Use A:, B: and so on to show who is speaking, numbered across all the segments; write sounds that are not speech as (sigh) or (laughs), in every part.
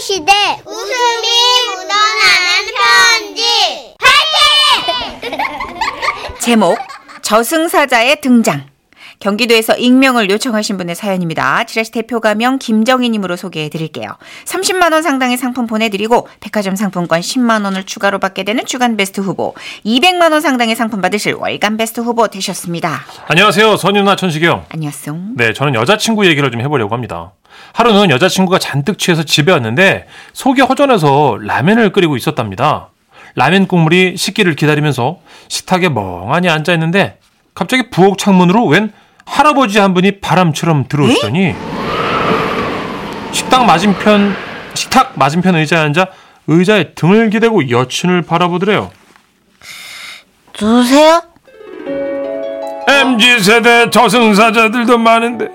A: 시대 웃음이 묻어나는 편지
B: 제목 저승사자의 등장 경기도에서 익명을 요청하신 분의 사연입니다. 지라시 대표 가명 김정희님으로 소개해 드릴게요. 30만 원 상당의 상품 보내드리고 백화점 상품권 10만 원을 추가로 받게 되는 주간 베스트 후보, 200만 원 상당의 상품 받으실 월간 베스트 후보 되셨습니다.
C: 안녕하세요. 선윤아 천식형.
B: 안녕하세요.
C: 네, 저는 여자친구 얘기를 좀 해보려고 합니다. 하루는 여자친구가 잔뜩 취해서 집에 왔는데 속이 허전해서 라면을 끓이고 있었답니다. 라면 국물이 식기를 기다리면서 식탁에 멍하니 앉아 있는데 갑자기 부엌 창문으로 웬 할아버지 한 분이 바람처럼 들어오시더니 식탁 맞은편 식탁 맞은편 의자에 앉아 의자에 등을 기대고 여친을 바라보더래요.
B: 누구세요?
C: MZ 세대 저승사자들도 많은데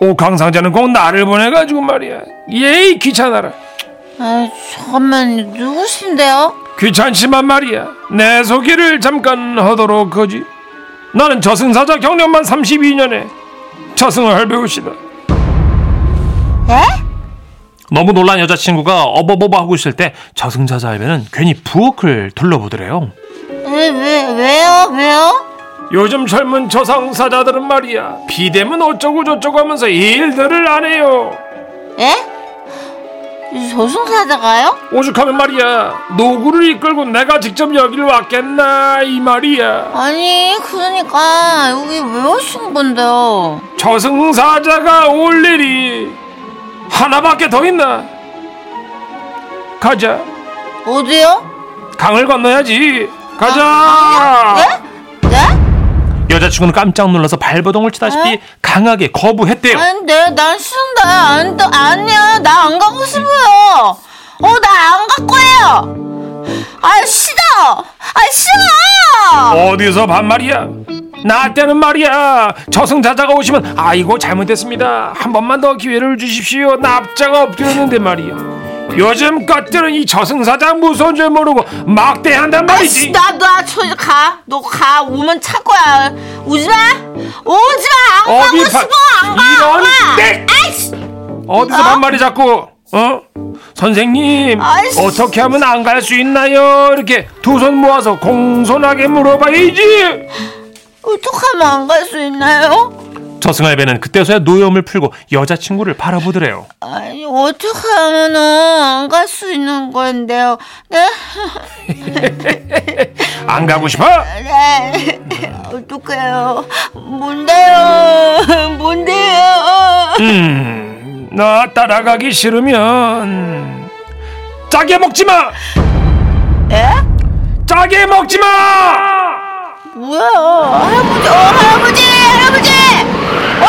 C: 오강상자는 꼭 나를 보내가지고 말이야. 예이 귀찮아라.
B: 아, 잠깐만 누구신데요?
C: 귀찮지만 말이야. 내 소개를 잠깐 하도록 하지. 나는 저승사자 경력만 32년에 저승을 할 배우시다.
A: 에?
C: 너무 놀란 여자친구가 어버버버 하고 있을 때 저승사자 할배는 괜히 부엌을 둘러보더래요.
B: 왜, 왜, 왜요? 왜요?
C: 요즘 젊은 저승사자들은 말이야. 비대면 어쩌고 저쩌고 하면서 일들을 안 해요.
B: 예? 저승사자가요?
C: 오죽하면 말이야 노구를 이끌고 내가 직접 여길 왔겠나 이 말이야
B: 아니 그러니까 여기 왜 오신 건데요?
C: 저승사자가 올 일이 하나밖에 더 있나 가자
B: 어디요?
C: 강을 건너야지 가자
B: 네? 네?
C: 여자친구는 깜짝 놀라서 발버둥을 치다시피 강하게 거부했대요
B: 안돼 난 싫은데 안돼 아니야 나 안 가고 싶어요. 어 나 안 갈 거예요. 아 싫어. 아 싫어.
C: 어디서 반말이야? 나 때는 말이야 저승사자가 오시면 아이고 잘못됐습니다 한 번만 더 기회를 주십시오 납자가 엎드렸는데 말이야 요즘 것들은 이 저승사자 무서운 줄 모르고 막대한단 말이지
B: 나나 저기 가너 가 오면 찰 거야 오지 마 오지 마안 가고
C: 어디 바-
B: 싶어 안가
C: 이런 땡!
B: 아이씨
C: 어디서 반말이 자꾸 어? 선생님
B: 아이씨.
C: 어떻게 하면 안 갈 수 있나요? 이렇게 두 손 모아서 공손하게 물어봐야지
B: 어떡하면 안 갈 수 있나요?
C: 저승할배는 그때서야 노염을 풀고 여자친구를 바라보더래요
B: 아니 어떻게 하면은 안 갈 수 있는 건데요? 네,
C: 안 가고 싶어?
B: 네. 어떡해요? 뭔데요? 뭔데요?
C: 음, 나 따라가기 싫으면 짜게 먹지 마.
B: 에?
C: 짜게 먹지 마.
B: 뭐야? 할아버지, 어, 할아버지, 할아버지! 어?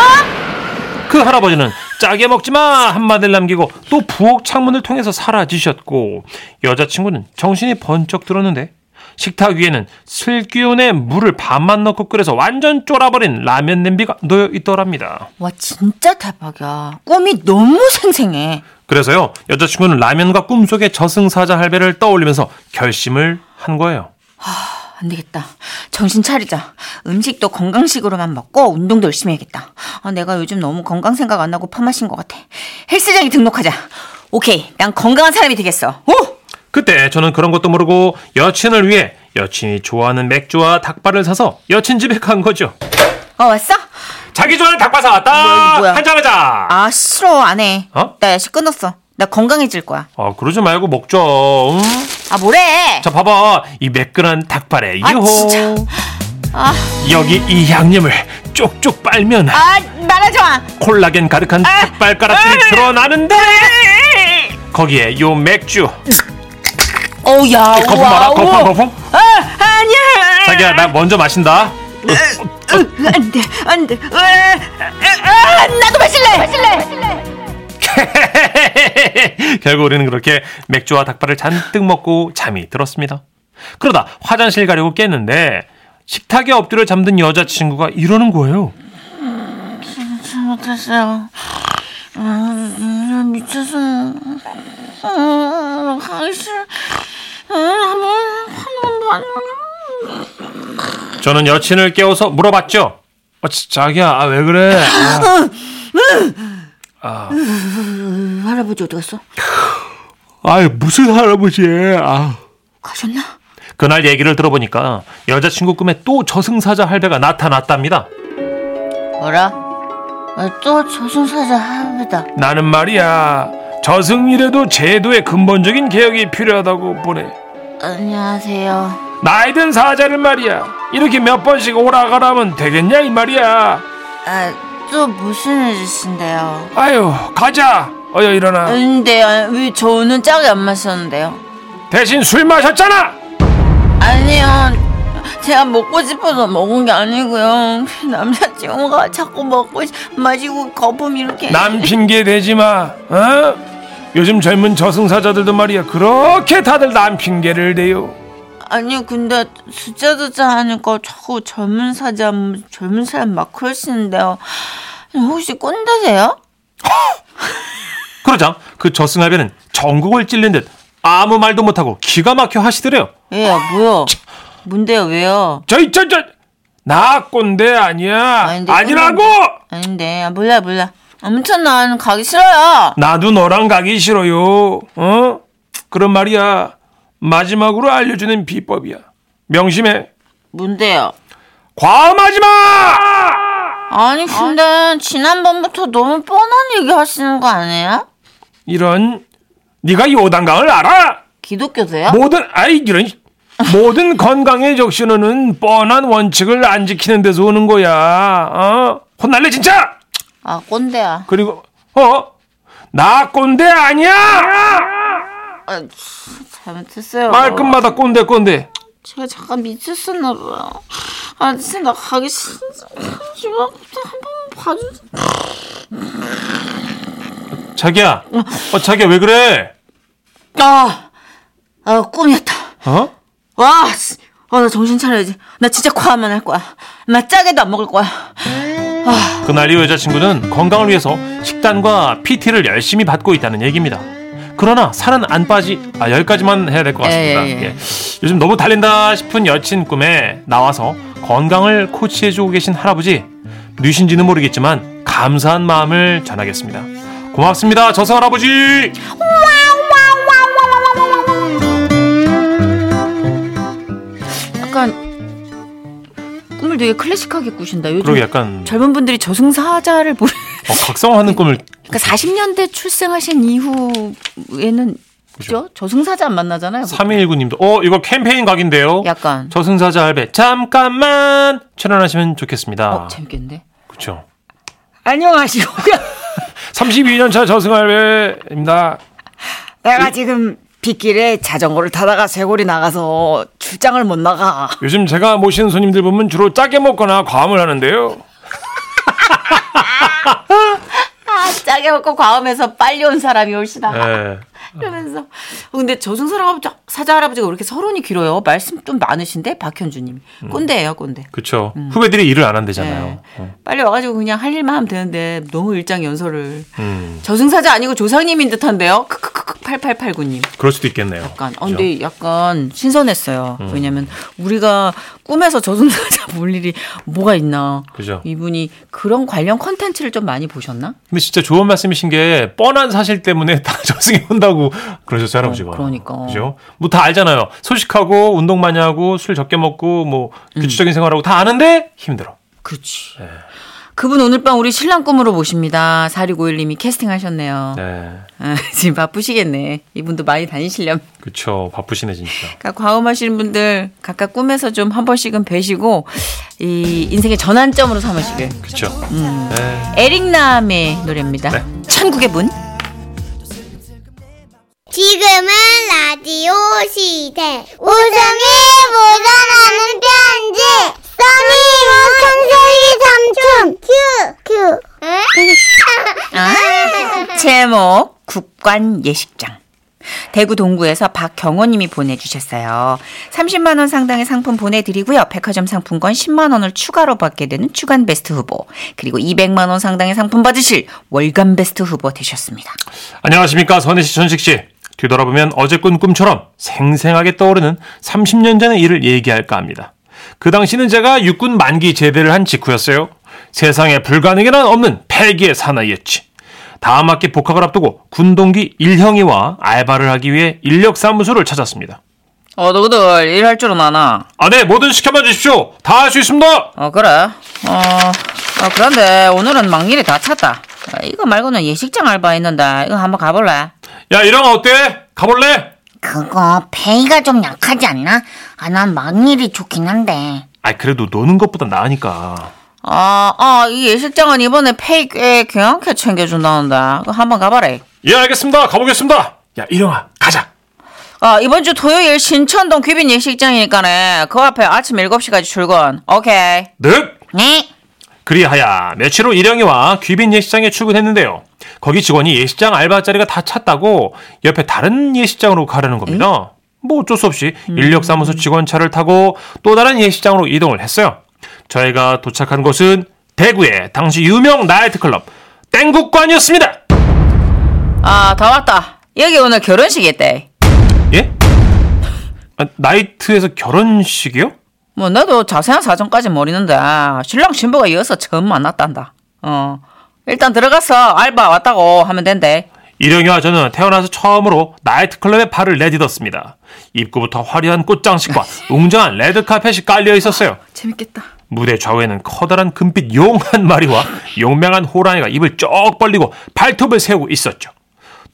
C: 그 할아버지는 짜게 먹지 마 한마디를 남기고 또 부엌 창문을 통해서 사라지셨고 여자친구는 정신이 번쩍 들었는데 식탁 위에는 슬기운에 물을 반만 넣고 끓여서 완전 쫄아버린 라면 냄비가 놓여 있더랍니다.
B: 와 진짜 대박이야. 꿈이 너무 생생해.
C: 그래서요 여자친구는 라면과 꿈속의 저승사자 할배를 떠올리면서 결심을 한 거예요.
B: 안 되겠다. 정신 차리자. 음식도 건강식으로만 먹고 운동도 열심히 해야겠다. 아, 내가 요즘 너무 건강 생각 안 하고 파마신 것 같아. 헬스장에 등록하자. 오케이, 난 건강한 사람이 되겠어. 오!
C: 그때 저는 그런 것도 모르고 여친을 위해 여친이 좋아하는 맥주와 닭발을 사서 여친 집에 간 거죠.
B: 어 왔어?
C: 자기 좋아하는 닭발
B: 뭐야,
C: 사왔다.
B: 뭐야.
C: 한잔하자. 아.
B: 아 싫어 안 해.
C: 어?
B: 나 야식 끊었어. 나 건강해질 거야.
C: 아, 그러지 말고 먹자. 응?
B: 아 뭐래?
C: 자 봐봐 이 매끈한 닭발에
B: 아,
C: 이호
B: 진짜. 아,
C: 여기 이 양념을 쪽쪽 빨면
B: 아 말하지 마.
C: 콜라겐 가득한 닭발 가락들이
B: 아.
C: 드러나는데 거기에 요 맥주
B: 어야
C: 거품 알아 거품 거품
B: 아 아니야.
C: 자기야 나 먼저 마신다 (laughs)
B: 안돼 안돼. 나도 마실래. 마실래.
C: 결국 우리는 그렇게 맥주와 닭발을 잔뜩 먹고 잠이 들었습니다. 그러다 화장실 가려고 깼는데 식탁에 엎드려 잠든 여자친구가 이러는 거예요.
B: 못했어요. 아, 미쳤어. 아, 가기 싫어. 아,
C: 저는 여친을 깨워서 물어봤죠. 어, 자- 자기야, 아, 왜 그래? 아,
B: 할아버지 어디 갔어?
D: 아이, 무슨 할아버지, 아.
B: 가셨나?
C: 그날 얘기를 들어보니까 여자친구 꿈에 또 저승사자 할배가 나타났답니다.
E: 뭐라? 아, 또 저승사자 합니다.
C: 나는 말이야 저승이라도 제도의 근본적인 개혁이 필요하다고 보네.
E: 안녕하세요.
C: 나이 든 사자를 말이야 이렇게 몇 번씩 오라가라면 되겠냐 이 말이야.
E: 아, 또 무슨 일이신데요?
C: 아유 가자 어여 일어나.
E: 근데 아, 왜 저는 짝이 안 마셨는데요?
C: 대신 술 마셨잖아.
E: 아니요. 제가 먹고 싶어서 먹은 게 아니고요. (laughs) 남자친구가 자꾸 먹고 싶- 마시고 거품 이렇게.
C: 남 핑계 대지 마. 어? 요즘 젊은 저승사자들도 말이야 그렇게 다들 남 핑계를 대요.
E: (laughs) 아니요. 근데 숫자 숫자 하니까 자꾸 젊은 사자 젊은 사람 막 그러시는데요. 혹시 꼰대세요?
C: 그러자 그 저승할배는 전국을 찔린 듯 아무 말도 못하고 기가 막혀 하시더래요.
E: 왜요? 뭐요? 뭔데요? 왜요?
C: 저이 저저나 꼰대 아니야
E: 아닌데,
C: 아니라고
E: 아닌데 아, 몰라 몰라 아무튼 난 가기 싫어요
C: 나도 너랑 가기 싫어요 어 그런 말이야 마지막으로 알려주는 비법이야 명심해
E: 뭔데요
C: 과음하지 마
E: 아니 근데 지난번부터 너무 뻔한 얘기 하시는 거 아니에요?
C: 이런 네가 요단강을 알아
E: 기독교세요?
C: 모든 아이 이런 모든 건강의 적신호는 뻔한 원칙을 안 지키는 데서 오는 거야 어 혼날래 진짜
E: 아 꼰대야
C: 그리고 어? 어나 꼰대 아니야.
E: 아, 참, 잘못했어요
C: 말끝마다 꼰대 꼰대.
E: 제가 잠깐 미쳤었나 봐요 아 진짜 나 가기 진짜 싫어부터 한 번만 봐주세요
C: 자기야, 어 자기야 왜 그래?
E: 아, 아 꿈이었다
C: 어?
E: 와 아, 나 정신 차려야지 나 진짜 과만 할 거야 나 짜게도 안 먹을 거야
C: 그날 이후 여자친구는 건강을 위해서 식단과 PT를 열심히 받고 있다는 얘기입니다. 그러나 살은 안 빠지 아 여기까지만 해야 될 것 같습니다.
E: 예, 예, 예.
C: 예. 요즘 너무 달린다 싶은 여친 꿈에 나와서 건강을 코치해주고 계신 할아버지 누신지는 모르겠지만 감사한 마음을 전하겠습니다. 고맙습니다, 저승 할아버지.
B: 약간
E: 꿈을 되게 클래식하게 꾸신다 요즘
C: 그러게 약간
B: 젊은 분들이 저승사자를 보는
C: 어, 각성하는 꿈을
B: 그러니까 40년대 출생하신 이후에는 그죠? 저승사자 안 만나잖아요.
C: 3219님도 어 이거 캠페인 각인데요.
B: 약간
C: 저승사자 할배 잠깐만 출연하시면 좋겠습니다.
B: 어, 재밌겠는데.
C: 그렇죠.
B: 안녕하시고요.
C: 32년차 저승 할배입니다.
A: 내가 (laughs) 지금 빗길에 자전거를 타다가 쇄골이 나가서 출장을 못 나가.
C: 요즘 제가 모시는 손님들 보면 주로 짜게 먹거나 과음을 하는데요.
E: 아, 짜게 먹고 과음해서 빨리 온 사람이 올시다.
A: 네.
C: 예.
B: 그러면서 어, 근데 저승사 할아버지 사자 할아버지가 왜 이렇게 서론이 길어요? 말씀 좀 많으신데 박현주님
A: 음.
B: 꼰대예요 꼰대.
C: 그렇죠.
B: 음.
C: 후배들이 일을 안
B: 네.
C: 한대잖아요. 어.
B: 빨리 와가지고 그냥 할 일만 하면 되는데 너무 일장 연설을
C: 음,
B: 저승사자 아니고 조상님인 듯한데요. 크크크크 8889님.
C: 그럴 수도 있겠네요.
B: 약간 어, 근데 약간 신선했어요. 왜냐면 우리가 꿈에서 (laughs) 저승사자 볼 일이 뭐가 있나.
C: 그죠.
B: 이분이 그런 관련 컨텐츠를 좀 많이 보셨나?
C: 근데 진짜 좋은 말씀이신 게 뻔한 사실 때문에 다 (laughs) 저승이 온다고 그러셨어요, 할아버지가.
B: 어, 그러니까.
C: 그죠? 뭐 다 알잖아요. 소식하고 운동 많이 하고 술 적게 먹고 뭐
B: 음.
C: 규칙적인 생활하고 다 아는데 힘들어.
B: 그렇지. 그분 오늘 밤 우리 신랑 꿈으로 모십니다. 4651님이 캐스팅하셨네요.
C: 네.
B: 아, (laughs) 지금 바쁘시겠네. 이분도 많이 다니시려면.
C: 그쵸 바쁘시네 진짜
B: 그러니까 과음하시는 분들 각각 꿈에서 좀 한 번씩은 뵈시고 이 인생의 전환점으로 삼으시길.
C: 그쵸 네.
B: 에릭남의 노래입니다. 천국의 문.
A: 지금은 라디오 시대. 웃음이 묻어나는 편지. 써니 우천세기 삼촌. 큐. 큐. 아,
B: 제목 국관 예식장. 대구 동구에서 박경호님이 보내주셨어요. 30만 원 상당의 상품 보내드리고요. 백화점 상품권 10만 원을 추가로 받게 되는 주간 베스트 후보 그리고 200만 원 상당의 상품 받으실 월간 베스트 후보 되셨습니다.
C: 안녕하십니까 선희씨 전식씨 뒤돌아보면 어제 꾼 꿈처럼 생생하게 떠오르는 30년 전의 일을 얘기할까 합니다 그 당시는 제가 육군 만기 제대를 한 직후였어요 세상에 불가능이란 없는 패기의 사나이였지 다음 학기 복학을 앞두고 군동기 일형이와 알바를 하기 위해 인력사무소를 찾았습니다.
B: 어, 너희들 일할 줄은 아나?
C: 아, 네, 뭐든 시켜봐 주십시오. 다 할 수 있습니다.
B: 어, 그래. 어, 어, 그런데 오늘은 막일이 다 찼다. 어, 이거 말고는 예식장 알바 있는데 이거 한번 가볼래?
C: 야, 일형아, 어때? 가볼래?
B: 아,
E: 그거 페이가 좀 약하지 않나? 아, 난 막일이 좋긴 한데.
C: 아, 그래도 노는 것보다 나으니까.
B: 아, 아, 이 예식장은 이번에 페이 꽤 괜찮게 챙겨준다는데 이거 한번 가봐라.
C: 예, 알겠습니다. 가보겠습니다. 야, 일형아, 가자.
B: 아, 이번 주 토요일 신천동 귀빈 예식장이니까네. 그 앞에 아침 7시까지 출근. 오케이.
C: 넵!
E: 네?
C: 그리하여 며칠 후 일영이와 귀빈 예식장에 출근했는데요. 거기 직원이 예식장 알바 자리가 다 찼다고 옆에 다른 예식장으로 가려는 겁니다. 뭐 어쩔 수 없이 인력사무소 직원 차를 타고 또 다른 예식장으로 이동을 했어요. 저희가 도착한 곳은 대구의 당시 유명 나이트클럽 땡국관이었습니다.
B: 아, 다 왔다. 여기 오늘 결혼식이 있대.
C: 예? 아, 나이트에서 결혼식이요?
B: 뭐 나도 자세한 사정까지 모르는데 신랑 신부가 이어서 처음 만났단다. 어. 일단 들어가서 알바 왔다고 하면 된대.
C: 이령이와 저는 태어나서 처음으로 나이트클럽에 발을 내딛었습니다. 입구부터 화려한 꽃장식과 웅장한 레드카펫이 깔려 있었어요.
B: 재밌겠다.
C: 무대 좌우에는 커다란 금빛 용 한 마리와 용맹한 호랑이가 입을 쩍 벌리고 발톱을 세우고 있었죠.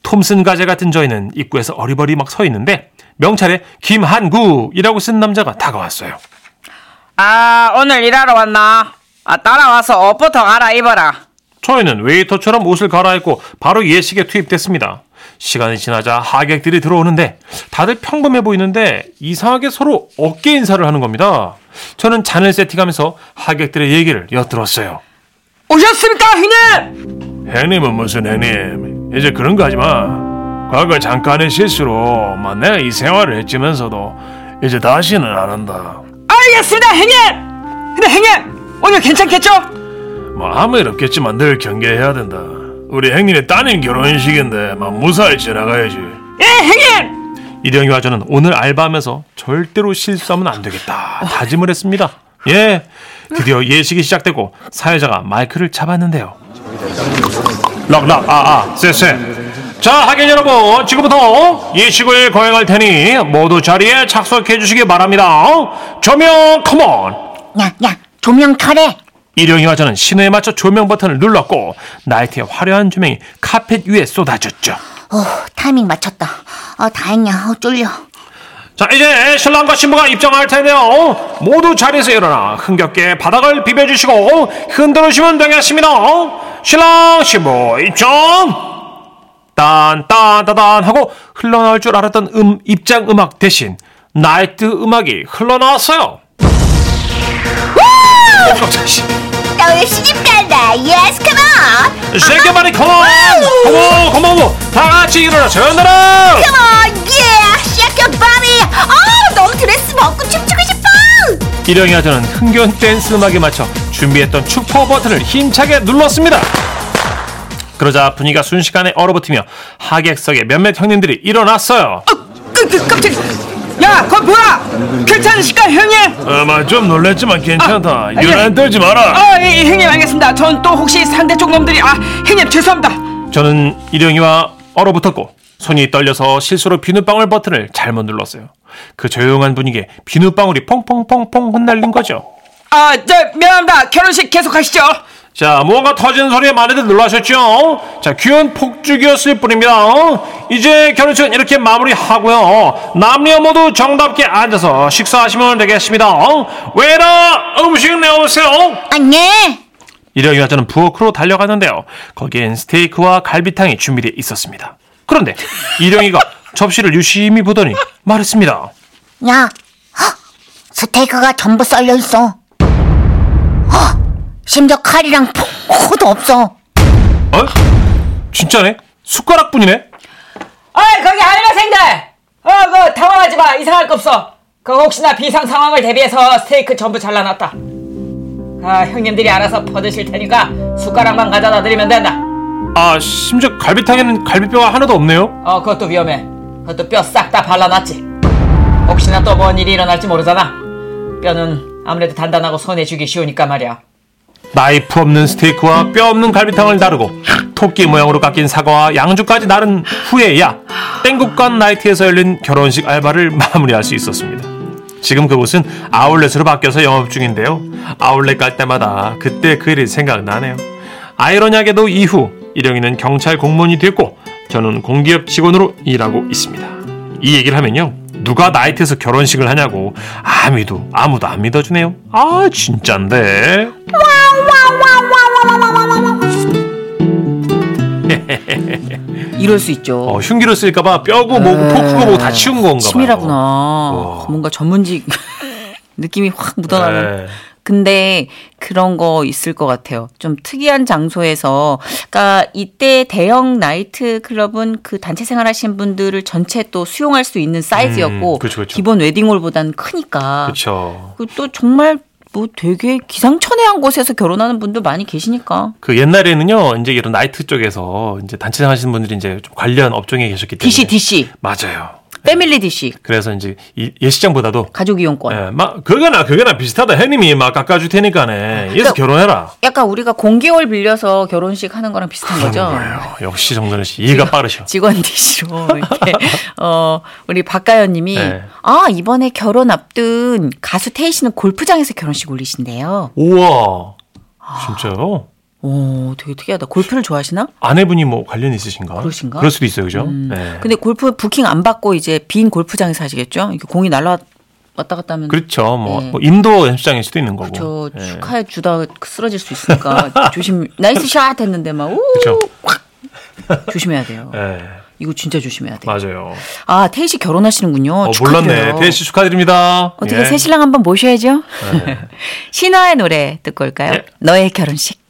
C: 톰슨 가재 같은 저희는 입구에서 어리버리 막 서 있는데 명찰에 김한구이라고 쓴 남자가 다가왔어요.
B: 아, 오늘 일하러 왔나? 아, 따라와서 옷부터 갈아입어라.
C: 저희는 웨이터처럼 옷을 갈아입고 바로 예식에 투입됐습니다. 시간이 지나자 하객들이 들어오는데 다들 평범해 보이는데 이상하게 서로 어깨 인사를 하는 겁니다. 저는 잔을 세팅하면서 하객들의 얘기를 엿들었어요.
B: 오셨습니까, 형님?
C: 형님은 무슨 형님? 이제 그런 거 하지 마. 과거 잠깐의 실수로 막 내가 이 생활을 했지면서도 이제 다시는 안 한다.
B: 알겠습니다, 형님! 근데 형님, 오늘 괜찮겠죠?
C: 뭐 아무 일 없겠지만 늘 경계해야 된다. 우리 형님의 따님 결혼식인데 막 무사히 지나가야지.
B: 예, 형님!
C: 이령이와 저는 오늘 알바하면서 절대로 실수하면 안 되겠다 다짐을 했습니다. 예, 드디어 예식이 시작되고 사회자가 마이크를 잡았는데요. 락락 아아 쎄쎄. 자 하객 여러분 지금부터 예식을 거행할 테니 모두 자리에 착석해 주시기 바랍니다. 어? 조명 컴온.
E: 야, 야, 조명 켜래.
C: 이령이와 저는 신호에 맞춰 조명 버튼을 눌렀고 나이트의 화려한 조명이 카펫 위에 쏟아졌죠.
E: 어, 타이밍 맞췄다. 어, 다행이야. 어, 쫄려.
C: 자 이제 신랑과 신부가 입장할 텐데요 모두 자리에서 일어나 흥겹게 바닥을 비벼주시고 흔들으시면 되겠습니다 신랑 신부 입장 딴딴따단 하고 흘러나올 줄 알았던 음 입장 음악 대신 나이트 음악이 흘러나왔어요 어,
E: 너 시집 간다. 예스, 컴온.
C: 세계만의 컴온 고모 고모 다 같이 일어나 전나라
E: 컴온. 예. 샤카 바비.
A: 아,
E: 어, 너무 드레스 벗고 춤추고 싶어.
C: 일영이 아저는 흥겨운 댄스 음악에 맞춰 준비했던 축포 버튼을 힘차게 눌렀습니다. 그러자 분위기가 순식간에 얼어붙으며 하객석의 몇몇 형님들이 일어났어요.
B: 끄, 끄, 그, 깜짝이야. 야, 거기 뭐야? 괜찮으실까, 형님?
C: 어, 아마 좀 놀랬지만 괜찮다.
B: 아, 유난
C: 떨지 마라.
B: 아, 예, 예, 형님 알겠습니다. 전 또 혹시 상대쪽 놈들이 아, 형님 죄송합니다.
C: 저는 일영이와 얼어붙었고 손이 떨려서 실수로 비눗방울 버튼을 잘못 눌렀어요. 그 조용한 분위기에 비눗방울이 퐁퐁퐁퐁 흩날린 거죠.
B: 아, 저 미안합니다. 결혼식 계속하시죠.
C: 자, 뭔가 터지는 소리에 많이들 놀라셨죠? 자, 귀여운 폭죽이었을 뿐입니다. 어? 이제 결혼식은 이렇게 마무리하고요. 어, 남녀 모두 정답게 앉아서 식사하시면 되겠습니다. 어? 웨이터 음식 내오세요.
E: 안녕.
C: 이령이 와저는 부엌으로 달려갔는데요. 거기엔 스테이크와 갈비탕이 준비되어 있었습니다. 그런데
E: (laughs)
C: 이령이가 접시를 유심히 보더니 말했습니다. 어?
E: 야, 헉, 스테이크가 전부 썰려 있어. 헉, 심지어 칼이랑 포도 없어.
C: 어? 진짜네? 숟가락뿐이네?
B: 어이, 거기 알바생들. 어, 그 당황하지 마. 이상할 거 없어. 그 혹시나 비상 상황을 대비해서 스테이크 전부 잘라놨다. 아, 형님들이 알아서 퍼드실 테니까 숟가락만 가져다 드리면 된다.
C: 아, 심지어 갈비탕에는 갈비뼈가 하나도 없네요.
B: 어, 그것도 위험해. 그것도 뼈 싹 다 발라놨지. 혹시나 또 뭔 일이 일어날지 모르잖아. 뼈는 아무래도 단단하고 손에 쥐기 쉬우니까 말이야.
C: 나이프 없는 스테이크와 뼈 없는 갈비탕을 나르고 토끼 모양으로 깎인 사과와 양주까지 나른 후에야 땡국관 나이트에서 열린 결혼식 알바를 마무리할 수 있었습니다. 지금 그곳은 아울렛으로 바뀌어서 영업 중인데요. 아울렛 갈 때마다 그때 그 일이 생각나네요. 아이러니하게도 이후 일영이는 경찰 공무원이 됐고 저는 공기업 직원으로 일하고 있습니다. 이 얘기를 하면요. 누가 나이트에서 결혼식을 하냐고 아무도 아무도 안 믿어주네요. 아 진짠데.
B: 이럴 수 있죠.
C: 어, 흉기로 쓸까봐 뼈고 뭐고 포크고 뭐고 다 치운 건가 봐요.
B: 네. 치밀하구나.
C: 어. 와.
B: 어. 뭔가 전문직 (laughs) 느낌이 확 묻어나는.
C: 네.
B: 근데 그런 거 있을 것 같아요. 좀 특이한 장소에서, 그러니까 이때 대형 나이트 클럽은 그 단체 생활하시는 분들을 전체 또 수용할 수 있는 사이즈였고,
C: 음, 그쵸, 그쵸.
B: 기본 웨딩홀보단 크니까.
C: 그렇죠.
B: 그리고 또 정말 뭐 되게 기상천외한 곳에서 결혼하는 분들 많이 계시니까.
C: 그 옛날에는요, 이제 이런 나이트 쪽에서 이제 단체장 하시는 분들이 이제 좀 관련 업종에 계셨기 때문에.
B: DC, DC,
C: 맞아요.
B: 패밀리 DC,
C: 그래서 이제 이 예식장보다도
B: 가족 이용권.
C: 예, 막 그거나 그거나 비슷하다. 형님이 막 깎아줄 테니까네. 여기서
B: 그러니까-
C: 결혼해라.
B: 약간 우리가 공개월 빌려서 결혼식 하는 거랑 비슷한 거죠.
C: 아유, 역시 정선우 씨 이해가 빠르셔.
B: 직원 (laughs) DC로 이렇게 어 우리 박가연님이
C: 네.
B: 아 이번에 결혼 앞둔 가수 태희 씨는 골프장에서 결혼식 올리신대요.
C: 우와.
B: 아.
C: 진짜요?
B: 오 되게 특이하다. 골프를 좋아하시나?
C: 아내분이 뭐 관련 있으신가?
B: 그러신가? 음.
C: 럴 수도 있어요, 그죠? 네.
B: 근데 골프 부킹 안 받고 이제 빈 골프장에서 하시겠죠? 이게 공이 날라 왔다 갔다 하면
C: 그렇죠. 뭐,
B: 네.
C: 뭐 임도 연습장일 수도 있는 거고.
B: 저
C: 예.
B: 축하해 주다 쓰러질
C: (laughs)
B: 수 있으니까 조심 나이스 샷 했는데 막우
C: 그쵸.
B: 조심해야 돼요.
C: 예,
B: 이거 진짜 조심해야 돼요.
C: 맞아요.
B: 아 태희 씨 결혼하시는군요.
C: 어, 몰랐네.
B: 아, 축하드려요.
C: 태희 씨 축하드립니다.
B: 어떻게
C: 예.
B: 새 신랑 한번 모셔야죠. 신화의 노래 듣고 올까요?
C: 예.
B: 너의 결혼식.